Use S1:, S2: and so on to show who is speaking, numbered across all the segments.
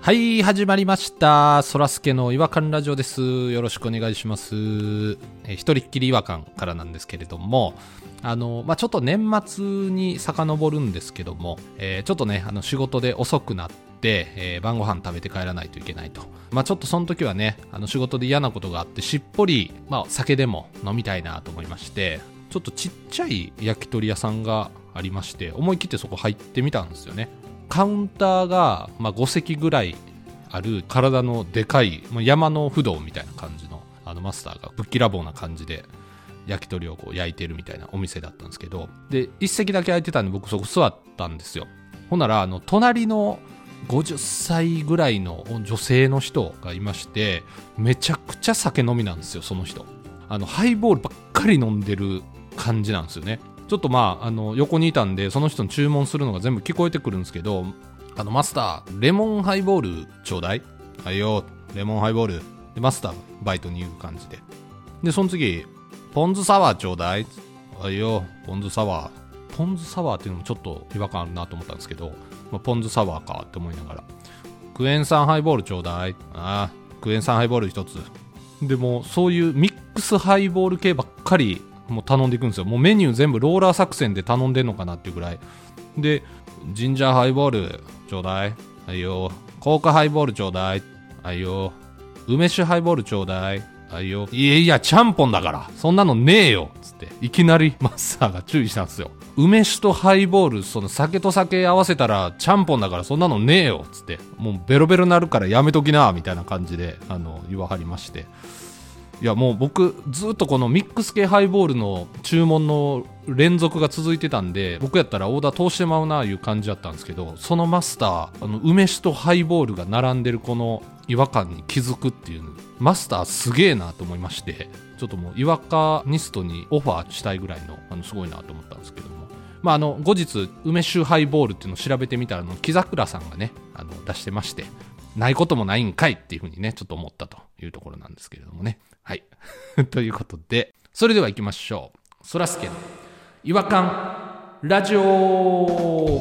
S1: はい、始まりました。そらすけの違和感ラジオです。よろしくお願いします。えー一人っきり違和感からなんですけれども、あの、まあ、ちょっと年末に遡るんですけども、えーちょっとね、あの、仕事で遅くなって、えー晩ご飯食べて帰らないといけないと。まあ、ちょっとその時はね、あの、仕事で嫌なことがあって、しっぽり、まあ、酒でも飲みたいなと思いまして、ちょっとちっちゃい焼き鳥屋さんがありまして、思い切ってそこ入ってみたんですよね。カウンターが、まあ、5席ぐらいある体のでかいもう山の不動みたいな感じのあのマスターがぶっきらぼうな感じで焼き鳥をこう焼いてるみたいなお店だったんですけどで1席だけ空いてたんで僕そこ座ったんですよほんならあの隣の50歳ぐらいの女性の人がいましてめちゃくちゃ酒飲みなんですよその人あのハイボールばっかり飲んでる感じなんですよねちょっとまああの横にいたんでその人の注文するのが全部聞こえてくるんですけど「あのマスターレモンハイボールちょうだい」「はいよレモンハイボール」でマスターがバイトに言う感じででその次「ポン酢サワーちょうだい」はいよポン酢サワー」ポン酢サワーっていうのもちょっと違和感あるなと思ったんですけど、まあ、ポン酢サワーかって思いながらクエン酸ハイボールちょうだいああクエン酸ハイボール一つでもうそういうミックスハイボール系ばっかりもう頼んでいくんですよもうメニュー全部ローラー作戦で頼んでんのかなっていうぐらいでジンジャーハイボールちょうだいはいよコークハイボールちょうだいはいよ梅酒ハイボールちょうだいはいよいやいやちゃんぽんだからそんなのねえよつっていきなり マスターが注意したんですよ梅酒とハイボールその酒と酒合わせたらちゃんぽんだからそんなのねえよつってもうベロベロなるからやめときなみたいな感じであの言わはりましていやもう僕ずっとこのミックス系ハイボールの注文の連続が続いてたんで僕やったらオーダー通してまうないう感じだったんですけどそのマスターあの梅酒とハイボールが並んでるこの違和感に気づくっていうマスターすげえなと思いましてちょっともう違和感ニストにオファーしたいぐらいのあのすごいなと思ったんですけどもまあ、あの後日梅酒ハイボールっていうのを調べてみたらあの木桜さんがねあの出してましてないこともないんかいっていうふうにねちょっと思ったというところなんですけれどもねはい ということでそれでは行きましょうそらすけの「違和感ラジオ」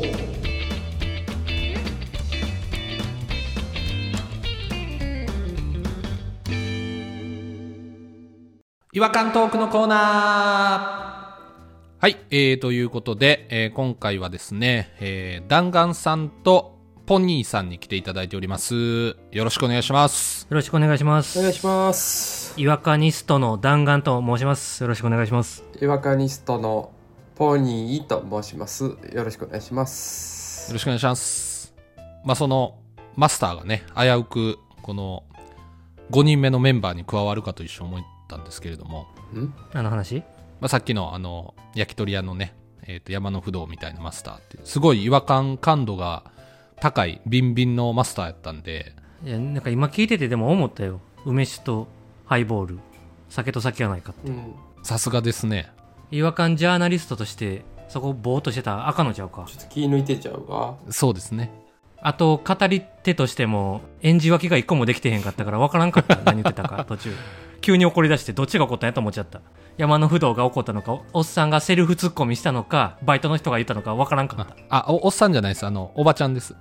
S1: 違和感トークのコーナーはい、えー、ということで、えー今回はですね、えー、弾丸さんとポニーさんに来ていただいております。よろしくお願いします。
S2: よろしくお願いしま
S3: お願い
S2: す。
S3: します。
S2: 違和感ニストの弾丸と申します。よろしくお願いします。
S3: 違和感ニストのポニーと申します。よろしくお願いしま
S1: よ
S3: す。
S1: ろしくお願いします。まあ、その、マスターがね、危うく、この、5人目のメンバーに加わるかと一緒に思ったんですけれども、
S3: ん
S2: あの話
S1: まあ、さっきのあの焼き鳥屋のね、えーと山の不動みたいなマスターっていうすごい違和感感度が高いビンビンのマスターやったんで
S2: いや、なんか今聞いててでも思ったよ。梅酒とハイボール。酒と酒はないか。
S3: うん。
S1: さすがですね
S2: 違和感ジャーナリストとして、そこぼーっとしてた赤野ちゃうか
S3: ち。ょっと気抜いてちゃうわ。
S1: そうですね
S2: あと、語り手としても、演じ分けが一個もできてへんかったから分からんかった。何言ってたか、途中。急に怒り出して、どっちが怒ったんやと思っちゃった。山の不動が怒ったのか、おおっさんがセルフツッコミしたのか、バイトの人が言ったのか分からんかっ
S1: あ
S2: た。
S1: あおおっさんじゃないですあのおばちゃんです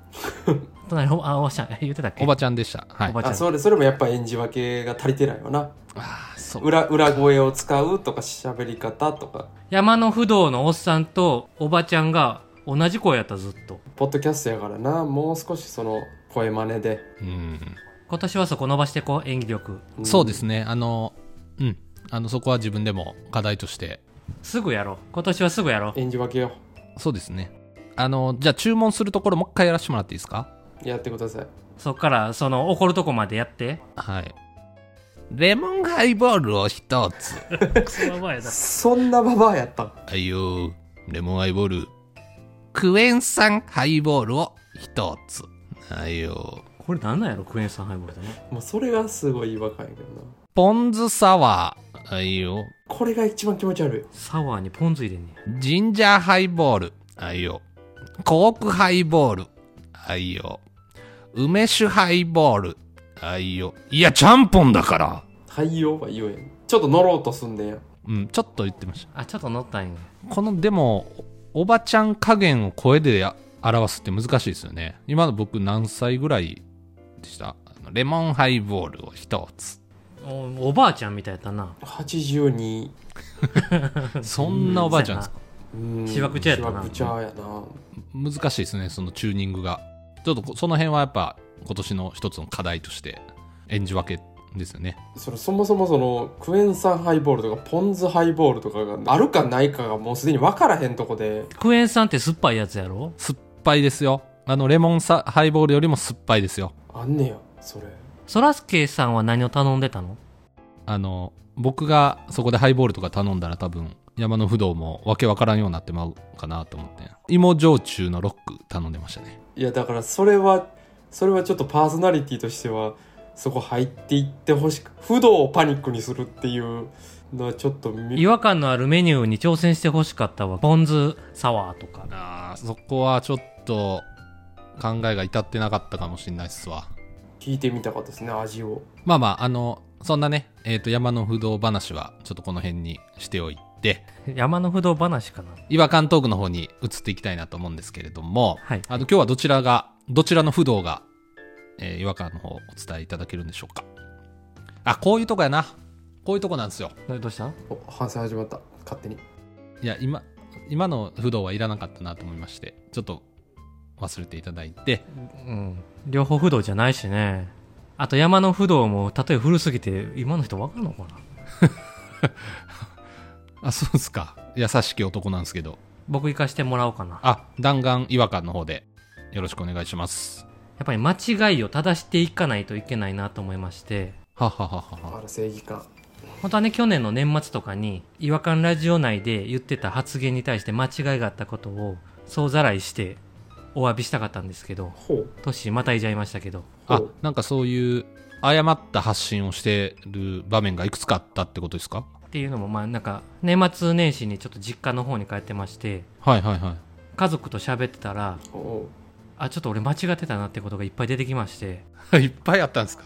S2: 隣の、あ、おっしゃん、え言ってたっけ
S1: おばちゃんでしたはい
S2: おばちゃん
S3: あ、それ、それもやっぱ演じ分けが足りてないよな。
S1: あーそう
S3: 裏、裏声を使うとか、喋り方とか、
S2: 山の不動のおっさんとおばちゃんが同じ声やったずっと
S3: ポッドキャストやからな、もう少しその声真似で。
S1: うん
S2: 今年はそこ伸ばしてこう演技力
S3: うん
S1: そうですねあのうんあのそこは自分でも課題として
S2: すぐやろう今年はすぐやろう
S3: 演じ分けよ
S1: そうですねあのじゃあ注文するところもう一回やらせてもらっていいですか
S3: う。やってください。
S2: そっからその怒るとこまでやって
S1: はいレモンハイボールを一つ
S2: クソババアやだ
S3: そんなババアやったん
S1: はいよレモンハイボール。クエン酸ハイボールを一つ。はいよ
S2: これなんなんやろクエン酸ハイボールだね
S3: もうそれがすごい違和感やけどな。
S1: ポン酢サワー。はいよ
S3: これが一番気持ち悪
S2: サワーにポン酢入れんね
S1: ジンジャーハイボール。はいよコークハイボール。はいよ梅酒ハイボール。はいよいや、ちゃんぽんだから。
S3: い。対応は言えん。ちょっと乗ろうとすんねんや。
S1: うん、ちょっと言ってました。
S2: あちょっと乗ったんや
S1: この、でも、おばちゃん加減を声でや表すって難しいですよね。今の僕何歳ぐらいでしたあのレモンハイボールを一つ
S2: おおばあちゃんみたいやったな
S3: 82
S1: そんなおばあちゃんですか
S3: うん
S2: しわくちゃやったな
S3: しわくちゃやな
S1: 難しいですねそのチューニングがちょっとこその辺はやっぱ今年の一つの課題として演じ分けですよね
S3: それそもそもそのクエン酸ハイボールとかポン酢ハイボールとかがあるかないかがもうすでに分からへんとこで
S2: クエン酸って酸っぱいやつやろ
S1: 酸っぱいですよあのレモンサハイボールよりも酸っぱいですよ
S3: あんねやそれ
S2: そらすけさんは何を頼んでたの
S1: あの僕がそこでハイボールとか頼んだら多分山の不動もわけわからんようになってまうかなと思って芋焼酎のロック頼んでましたね
S3: いやだからそれはそれはちょっとパーソナリティとしてはそこ入っていってほしく不動をパニックにするっていうのはちょっとみ
S2: 違和感のあるメニューに挑戦してほしかったわポン酢サワーとか
S1: あーそこはちょっと考えが至ってなかったかもしれないっすわ
S3: 聞いてみたかったですね味を
S1: まあまああのそんなね、えー、と山の不動話はちょっとこの辺にしておいて
S2: 山の不動話かな
S1: 違和感トークの方に移っていきたいなと思うんですけれども、
S2: はい
S1: あの今日はどちらがどちらの不動が、えー違和感の方お伝えいただけるんでしょうかあこういうとこやなこういうとこなんですよ
S2: どうした
S3: お反省始まった勝手に
S1: いや今今の不動はいらなかったなと思いましてちょっと忘れていただいて
S2: うん両方不動じゃないしねあと山の不動も例え古すぎて今の人分かるのかな
S1: あそうですか優しき男なんですけど
S2: 僕行かしてもらおうかな
S1: あ弾丸違和感の方でよろしくお願いします
S2: やっぱり間違いを正していかないといけないなと思いまして
S1: ははははは
S3: あら正義感
S2: 本当はね去年の年末とかに違和感ラジオ内で言ってた発言に対して間違いがあったことを総ざらいしてお詫びしたかったんですけど
S3: ほう
S2: 年またいじゃいましたけど
S1: あなんかそういう誤った発信をしてる場面がいくつかあったってことですか
S2: っていうのもまあなんか年末年始にちょっと実家の方に帰ってまして
S1: はいはいはい
S2: 家族と喋ってたら
S3: おう
S2: あちょっと俺間違ってたなってことがいっぱい出てきまして
S1: いっぱいあったんですか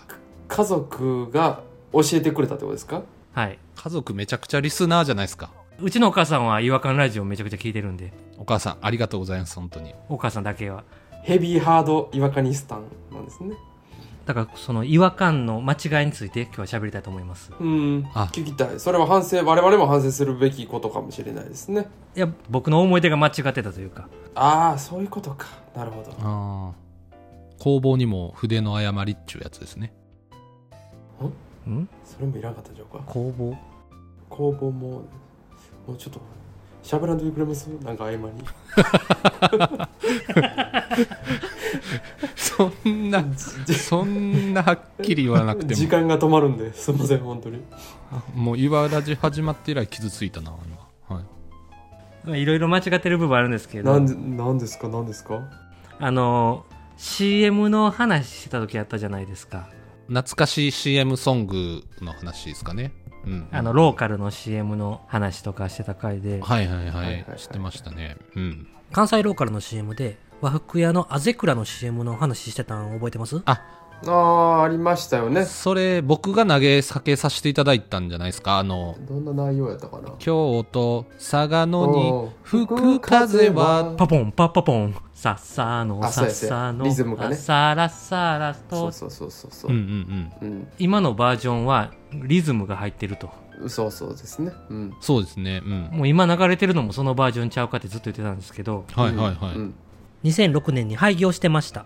S3: 家族が教えてくれたってことですか
S2: はい
S1: 家族めちゃくちゃリスナーじゃないですか
S2: うちのお母さんは違和感ラジオめちゃくちゃ聞いてるんで
S1: お母さんありがとうございます本当に
S2: お母さんだけは
S3: ヘビーハード違和感ニスタンなんですね
S2: だからその違和感の間違いについて今日は喋りたいと思います
S3: うん
S1: あ
S3: 聞きたいそれは反省我々も反省するべきことかもしれないですね
S2: いや僕の思い出が間違ってたというか
S3: ああそういうことかなるほど
S1: ああ工房にも筆の誤りっちゅうやつですね
S2: ん
S3: それもいらんかったんちゃうか
S2: 工房
S3: 工房ももうちょっと喋らんといてくれますなんか合間に
S1: そんなそんなはっきり言わなくて
S3: 時
S1: も
S3: 間が止まるんですいません本当に
S1: もう岩ラジ始まって以来傷ついたな今、はい、
S2: いろいろ間違ってる部分あるんですけ
S3: な
S2: ど
S3: んでなんですかなんですか
S2: あの CM の話してた時あったじゃないですか
S1: 懐かしい CM ソングの話ですかねうん
S2: あのローカルの CM の話とかしてた回で
S1: はいはいはい、
S3: はいはい
S1: 知ってましたねうん
S4: 関西ローカルの CM で和服屋のあぜくらの CM の話してたん覚えてます
S3: ああありましたよね
S1: それ僕が投げ避けさせていただいたんじゃないですかあの
S3: どんな内容やったかな
S1: 京都嵯峨野
S3: お
S1: に
S3: う
S1: 吹く風は
S2: パポンパッパポンさっさーの
S3: あ
S2: さ
S3: そう
S2: っ
S3: やそうや
S2: さーの
S3: リズムがね
S2: あさらさら
S3: そ
S2: と
S3: うそうそうそうそう
S1: うんうんうん
S3: うん、
S2: 今のバージョンはリズムが入ってると
S3: そうそうですね。うん。
S1: そうですねうん
S2: もう今流れてるのもそのバージョンちゃうかってずっと言ってたんですけど
S1: はいはいはい、
S3: うん。
S4: 2006年に廃業してました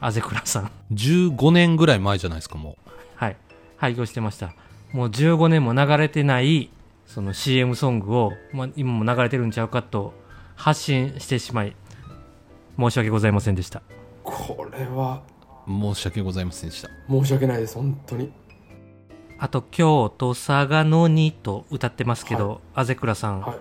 S2: あぜくらさん
S1: 15年ぐらい前じゃないですかもう
S2: はい廃業してましたもう15年も流れてないその CM ソングを、まあ、今も流れてるんちゃうかと発信してしまい申し訳ございませんでした
S3: これは
S1: 申し訳ございませんでした
S3: 申し訳ないです、本当に。
S2: あと京都佐賀のにと歌ってますけど、あぜくらさん、
S3: は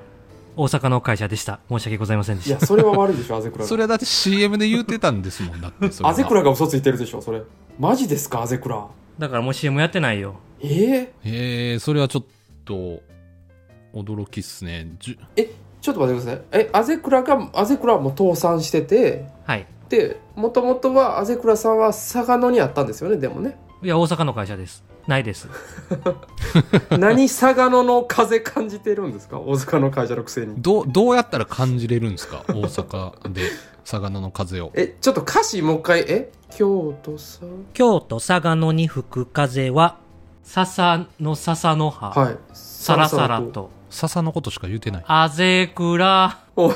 S2: 大阪の会社でした申し訳ございませんで
S3: い。い
S2: し
S3: や、
S2: た
S3: それは悪いでしょ、アゼクラ
S1: そ
S3: が。
S1: れはだって CM で言ってたんですもんだって それは
S3: アゼクラが嘘ついてるでしょ、それ。マジですか、アゼクラ。
S2: だからもう CM やってないよ
S3: ええ
S1: えー、それはちょっと驚きっすねじゅ
S3: ちょっと待ってください。え、アゼクラが、アゼクラはもう倒産してて、
S2: はい
S3: で、もともとはアゼクラさんは嵯峨野にあったんですよね、でもね。
S2: いや大阪の会社ですないです
S3: 何佐賀野の風感じてるんですか大阪の会社のくせに
S1: どうどうやったら感じれるんです か大阪で魚の風を
S3: えちょっと歌詞もう一回え京都さ
S4: 京都佐賀野に吹く風は、
S2: 笹の笹の葉、
S3: はい
S2: サ
S3: さ
S2: ラサラと
S1: 笹のことしか言うてない
S2: あぜくら
S3: おい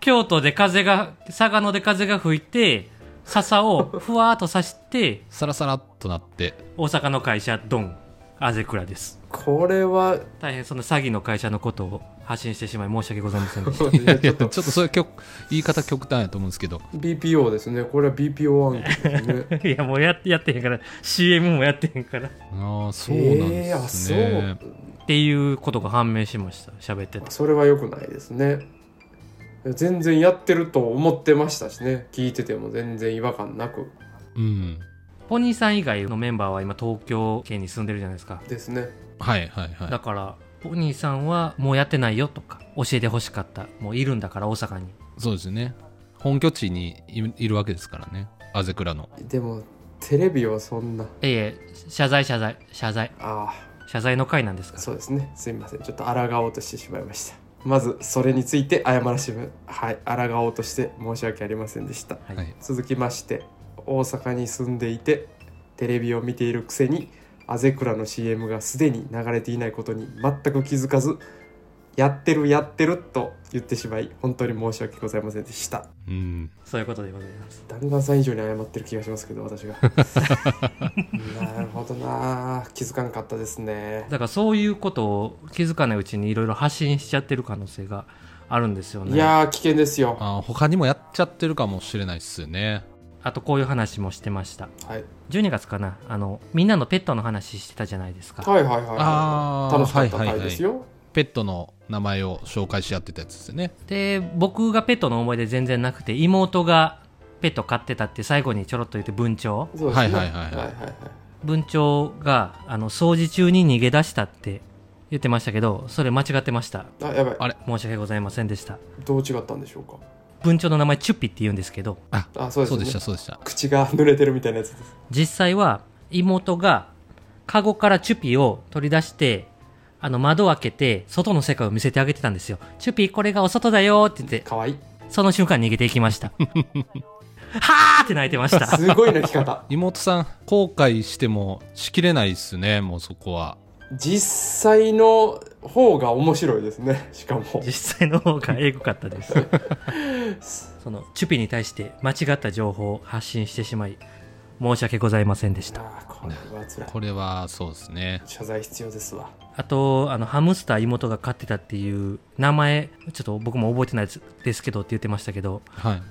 S2: 京都で風が佐賀野で風が吹いて笹をふわーっと刺して
S1: サラサラっとなって
S2: 大阪の会社ドンあぜくらです
S3: これ は
S2: 大変その詐欺の会社のことを発信してしまい申し訳ございませんでし
S3: ちょ
S1: いやいや
S3: っ
S1: ちょっ
S3: と
S1: とそれ極言い方極端やと思うんですけど
S3: BPO ですねこれは BPO 案件ですね
S2: た いやもうややってへんから CM もやってへんからっ
S1: ああそうなんです
S3: えー
S1: ね
S3: あ、そう
S2: ていうことが判明しました喋ってて
S3: それは良くないですね全然やってると思ってましたしね聞いてても全然違和感なく
S1: うん
S2: ポニーさん以外のメンバーは今東京圏に住んでるじゃないですか
S3: ですね
S1: はいはいはい
S2: だからポニーさんはもうやってないよとか教えてほしかったもういるんだから大阪に
S1: そうですね本拠地にいいるわけですからねアゼクラの
S3: でもテレビはそんない
S2: えいえ謝罪謝罪謝罪
S3: あ
S2: 謝罪の会なんです
S3: あ
S2: か
S3: そうですねすいませんちょっと抗おうとしてしまいましたまずそれについて謝らしめはい抗おうとして申し訳ありませんでした
S2: はい
S1: はい
S3: 続きまして大阪に住んでいてテレビを見ているくせにアゼクラの CM がすでに流れていないことに全く気づかずやってるやってると言ってしまい本当に申し訳ございませんでした
S1: うん
S2: そういうことでございます
S3: 弾丸さん以上に謝ってる気がしますけど私 がなるほどな気づかんかったですね
S2: だからそういうことを気づかないうちにいろいろ発信しちゃってる可能性があるんですよね
S3: いやー危険ですよ
S1: あー他にもやっちゃってるかもしれないっすよね
S2: あとこういう話もしてました
S3: はい
S2: 12月かなあのみんなのペットの話してたじゃないですか
S3: はいはいはい
S1: あ
S3: は
S1: ー
S3: い楽しかった
S1: はいはい
S3: 回
S1: はい
S3: ですよ、
S1: ペットの名前を紹介し合ってたやつですよね
S2: で僕がペットの思い出全然なくて妹がペット飼ってたって最後にちょろっと言って文鳥
S3: そうですね
S1: はいはいはいはい
S3: はいはい
S2: 文鳥があの掃除中に逃げ出したって言ってましたけどそれ間違ってました
S3: はいあやばい
S1: あ
S2: 申し訳ございませんでした
S3: どう違ったんでしょうか
S2: 文鳥の名前チュッピって言うんですけど
S3: あそうです
S1: そう
S3: ね
S1: でしたそうでした
S3: 口が濡れてるみたいなやつです
S2: 実際は妹がカゴからチュピを取り出してあの窓を開けて外の世界を見せてあげてたんですよチュピこれがお外だよって言って
S3: かわいい
S2: その瞬間逃げていきました はーって泣いてました
S3: すごい泣き方
S1: 妹さん後悔してもしきれないっすねもうそこは
S3: 実際の方が面白いですねしかも
S2: 実際の方がエグかったです そのチュピに対して間違った情報を発信してしまい申し訳ございませんでした
S3: あーこれは辛い
S1: これはそうですね
S3: 謝罪必要ですわ
S2: あとあのハムスター妹が飼ってたっていう名前ちょっと僕も覚えてないですけどって言ってましたけど
S1: はい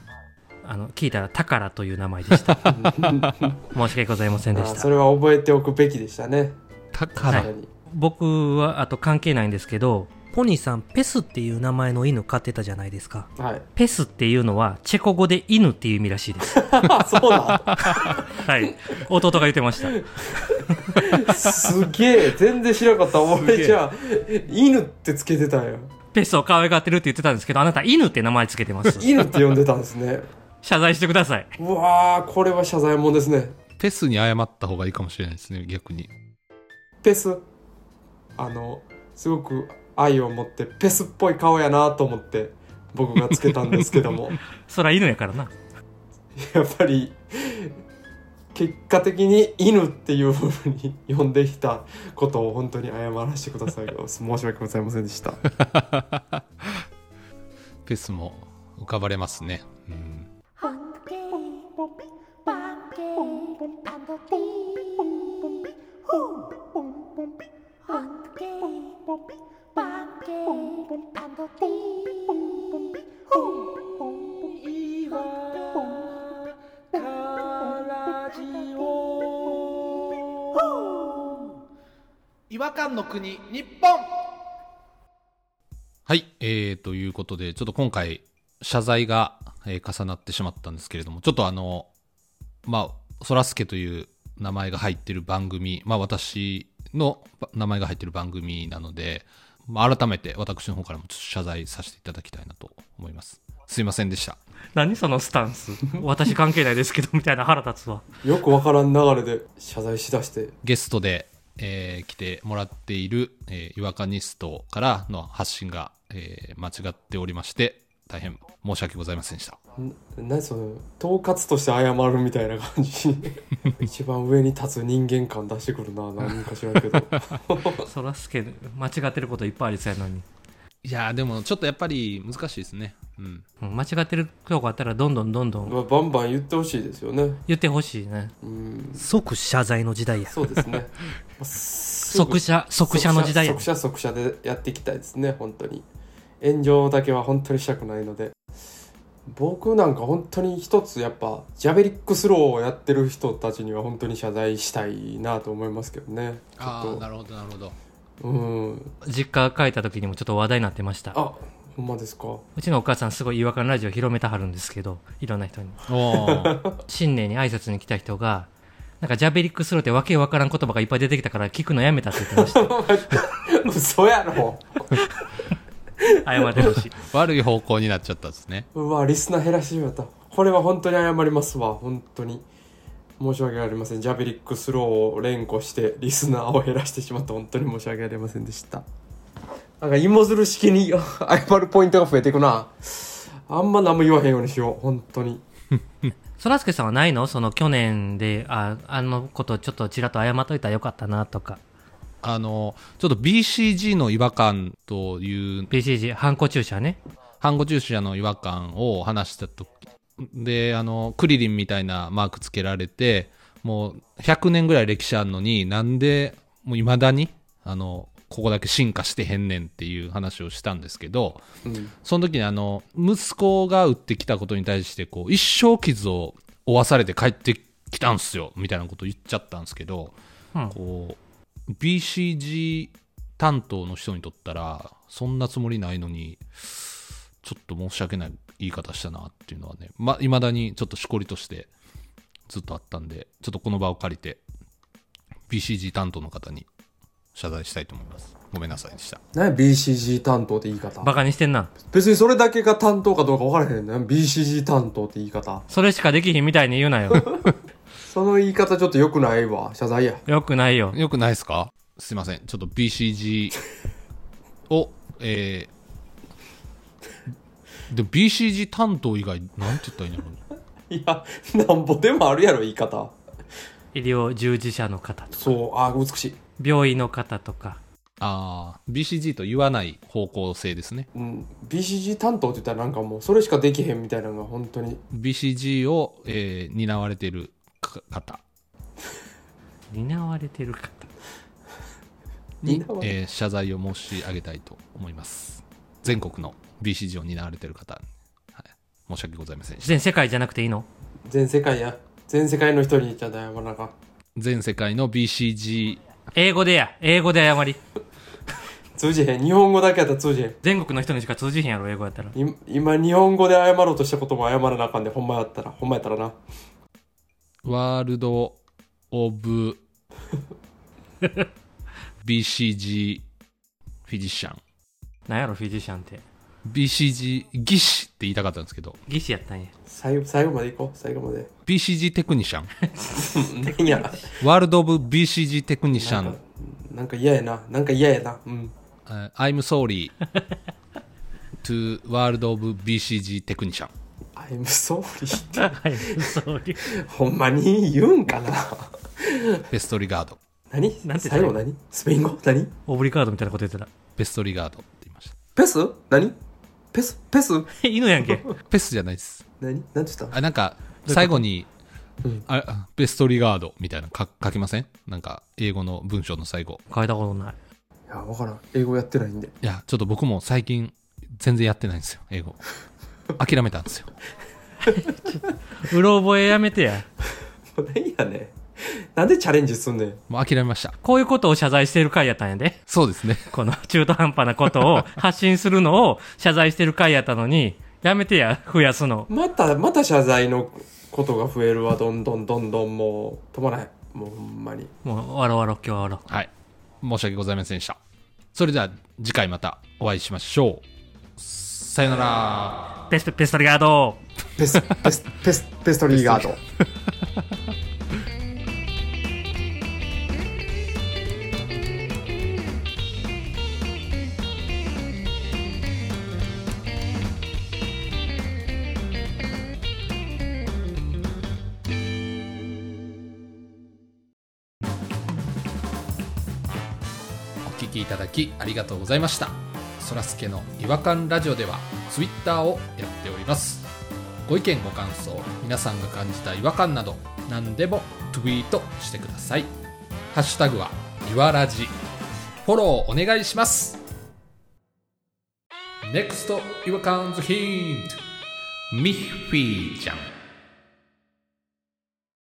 S2: あの聞いたら「タカラ」という名前で した申し訳ございませんで
S3: あ
S2: し
S3: ーそ
S2: た
S3: れは覚えておくべきでしたね
S1: だから、
S2: は
S3: に
S2: 僕はあと関係ないんですけど
S4: ポニーさん、ペスっていう名前の犬飼ってたじゃないですか。
S3: はい
S2: ペスっていうのはチェコ語で犬っていう意味らしいです
S3: あそうだ
S2: はい弟が言ってました
S3: すげえ全然知らなかった
S1: すげ
S3: 俺
S1: え
S3: じゃあ犬ってつけてたんや
S2: ペスを可愛がってるって言ってたんですけどあなた犬って名前つけてます
S3: 犬って呼んでたんですね
S2: 謝罪してくださいう
S3: わーこれは謝罪もんですね
S1: ペスに謝った方がいいかもしれないですね逆に
S3: ペスあのすごく愛を持ってペスっぽい顔やなと思って僕がつけたんですけども
S2: そら犬やからな
S3: やっぱり結果的に犬っていうふうに呼んできたことを本当に謝らせてください申し訳ございませんでした
S1: ペスも浮かばれますね、うん、
S5: Hunky,
S6: 違和感の国日本
S1: はい、えー、ということで、ちょっと今回、謝罪が、えー重なってしまったんですけれども、ちょっとあの、まあ、そらすけという名前が入ってる番組、まあ、私のば名前が入ってる番組なので、まあ、改めて私の方からもちょっと謝罪させていただきたいなと思います。すいませんでした
S2: 何そのスタンス私関係ないですけどみたいな腹立つわ
S3: よくわからん流れで謝罪しだして
S1: ゲストで、えー来てもらっている、えー違和感ニストからの発信が、えー間違っておりまして大変申し訳ございませんでした
S3: ん何その統括として謝るみたいな感じ一番上に立つ人間感出してくるな何か知らんけど
S2: そらすけ間違ってることいっぱいありそうやのに、
S1: いやーでもちょっとやっぱり難しいですねうん
S2: うん、間違ってるとこあったらどんどんどんどん
S3: まあバンバン言ってほしいですよね
S2: 言ってほしいね
S3: うん
S4: 即謝罪の時代や。
S3: そうで すね
S2: 即
S3: 即
S2: 写即写の時代や
S3: 即写即写でやっていきたいですね本当に炎上だけは本当にしたくないので僕なんか本当に一つやっぱジャベリックスローをやってる人たちには本当に謝罪したいなと思いますけどねちょっと
S1: るほどなるほど
S3: うん
S2: 実家帰った時にもちょっと話題になってました
S3: あほんまですか
S2: うちのお母さんすごい違和感ラジオ広めたはるんですけどいろんな人に
S1: お ー
S2: 新年に挨拶に来た人がなんかジャベリックスローってわけわからん言葉がいっぱい出てきたから聞くのやめたって言ってました
S3: 嘘やろ
S2: 謝ってほしい
S1: 悪い方向になっちゃったんですね
S3: うわリスナー減らしてしまったこれは本当に謝りますわ本当に申し訳ありませんジャベリックスローを連呼してリスナーを減らしてしまった本当に申し訳ありませんでしたなんか芋づる式に 謝るポイントが増えていくなあんま何も言わへんようにしよう本当に
S2: そらすけさんはないのその去年でああのことちょっとちらっと謝っといたらよかったなとか
S1: あのちょっと BCG の違和感という
S2: BCG ハンコ注射ね
S1: 看護注射の違和感を話した時であのクリリンみたいなマークつけられてもう100年ぐらい歴史あるのになんでもう未だにあのここだけ進化してへんねんっていう話をしたんですけど
S3: うん
S1: その時にあの息子が打ってきたことに対してこう一生傷を負わされて帰ってきたんすよみたいなことを言っちゃったんですけど、
S2: うん
S1: こう BCG 担当の人にとったらそんなつもりないのにちょっと申し訳ない言い方したなっていうのはねま未だにちょっとしこりとしてずっとあったんでちょっとこの場を借りて BCG 担当の方に謝罪したいと思いますごめんなさいでした
S3: 何や BCG 担当って言い方
S2: バカにしてんな
S3: 別にそれだけが担当かどうか分からへんねん BCG 担当って言い方
S2: それしかできひんみたいに言うなよ
S3: その言い方ちょっと良くないわ謝罪や
S2: よくないよ
S1: よくないですかすいません。ちょっと BCG を、えー、で、BCG 担当以外、なんて言ったらいいんだろう。
S3: いやなんぼでもあるやろ言い方
S2: 医療従事者の方と
S3: そうあ美しい
S2: 病院の方とか
S1: あー、BCG と言わない方向性ですね。
S3: うん、BCG 担当って言ったらなんかもうそれしかできへんみたいなのが本当に
S1: BCG を、えー担われているか方
S2: 担われてる方
S1: に
S3: 担わ、れ
S1: えー謝罪を申し上げたいと思います。全国の BCG を担われている方、はい、申し訳ございませんでした。
S2: 全世界じゃなくていいの
S3: 全世界や全世界の人に言っちゃだよなんか
S1: 全世界の BCG
S2: 英語でや英語で謝り
S3: 通じへん日本語だけやったら通じへん
S2: 全国の人にしか通じへんやろ英語やったら
S3: い今日本語で謝ろうとしたことも謝らなあかんでほんまやったらほんまやったらな
S1: ワールド・オブ・ BCG ・フィジシャン。
S2: なんやろフィジシャンって
S1: BCG ・技師って言いたかったんですけど、
S2: 技師やったんや
S3: 最後最後まで行こう最後まで
S1: BCG テクニシャン。
S3: 何や
S1: ワールド・オブ・ BCG テクニシャ
S3: なんか
S1: ン。
S3: なんか嫌やななんか嫌やなうん
S1: Uh, I'm sorry to World of BCG テクニシャン。
S3: I'm sorry って
S2: はいそういう
S3: ほんまに言うんかな
S1: ベストリガード。
S3: 何
S2: なんて言った
S3: 最後何スペイン語何
S2: オブリカードみたいなこと言ってた
S1: ベストリガードって言いました。
S3: ペス何ペスペス
S2: 犬やんけ
S1: ペスじゃないです。
S3: 何何て言った
S1: あ、なんか、最後に
S3: うん、
S1: ああベストリガードみたいなの書書きませんなんか、英語の文章の最後。
S2: 変えたことない
S3: いや分からん英語やってないんで
S1: いや、ちょっと僕も最近、全然やってないんですよ、 英語。諦めたんですよ。
S2: うろ覚えやめてや
S3: 何やねんなんでチャレンジすんねん
S1: もう諦めました。
S2: こういうことを謝罪してる回やったんやで
S1: そうですね。
S2: この中途半端なこと を発信するのを謝罪してる回やったのにやめてや増やすの
S3: またまた謝罪のことが増えるわどんどんどんどんもう止まらへんもうほんまに
S2: もう終わろう終わろう今日は終わろ
S1: はい。申し訳ございませんでした。それでは、次回またお会いしましょう。さよなら。
S2: うペストペストリガード
S3: ペスペスペスペストリーガード
S1: お聞きいただきありがとうございましたそらすけの違和感ラジオではツイッターをやっておりますご意見ご感想皆さんが感じた違和感など何でもツイートしてくださいハッシュタグはいわらじフォローお願いします NEXT 違和感ズヒントミッフィーちゃん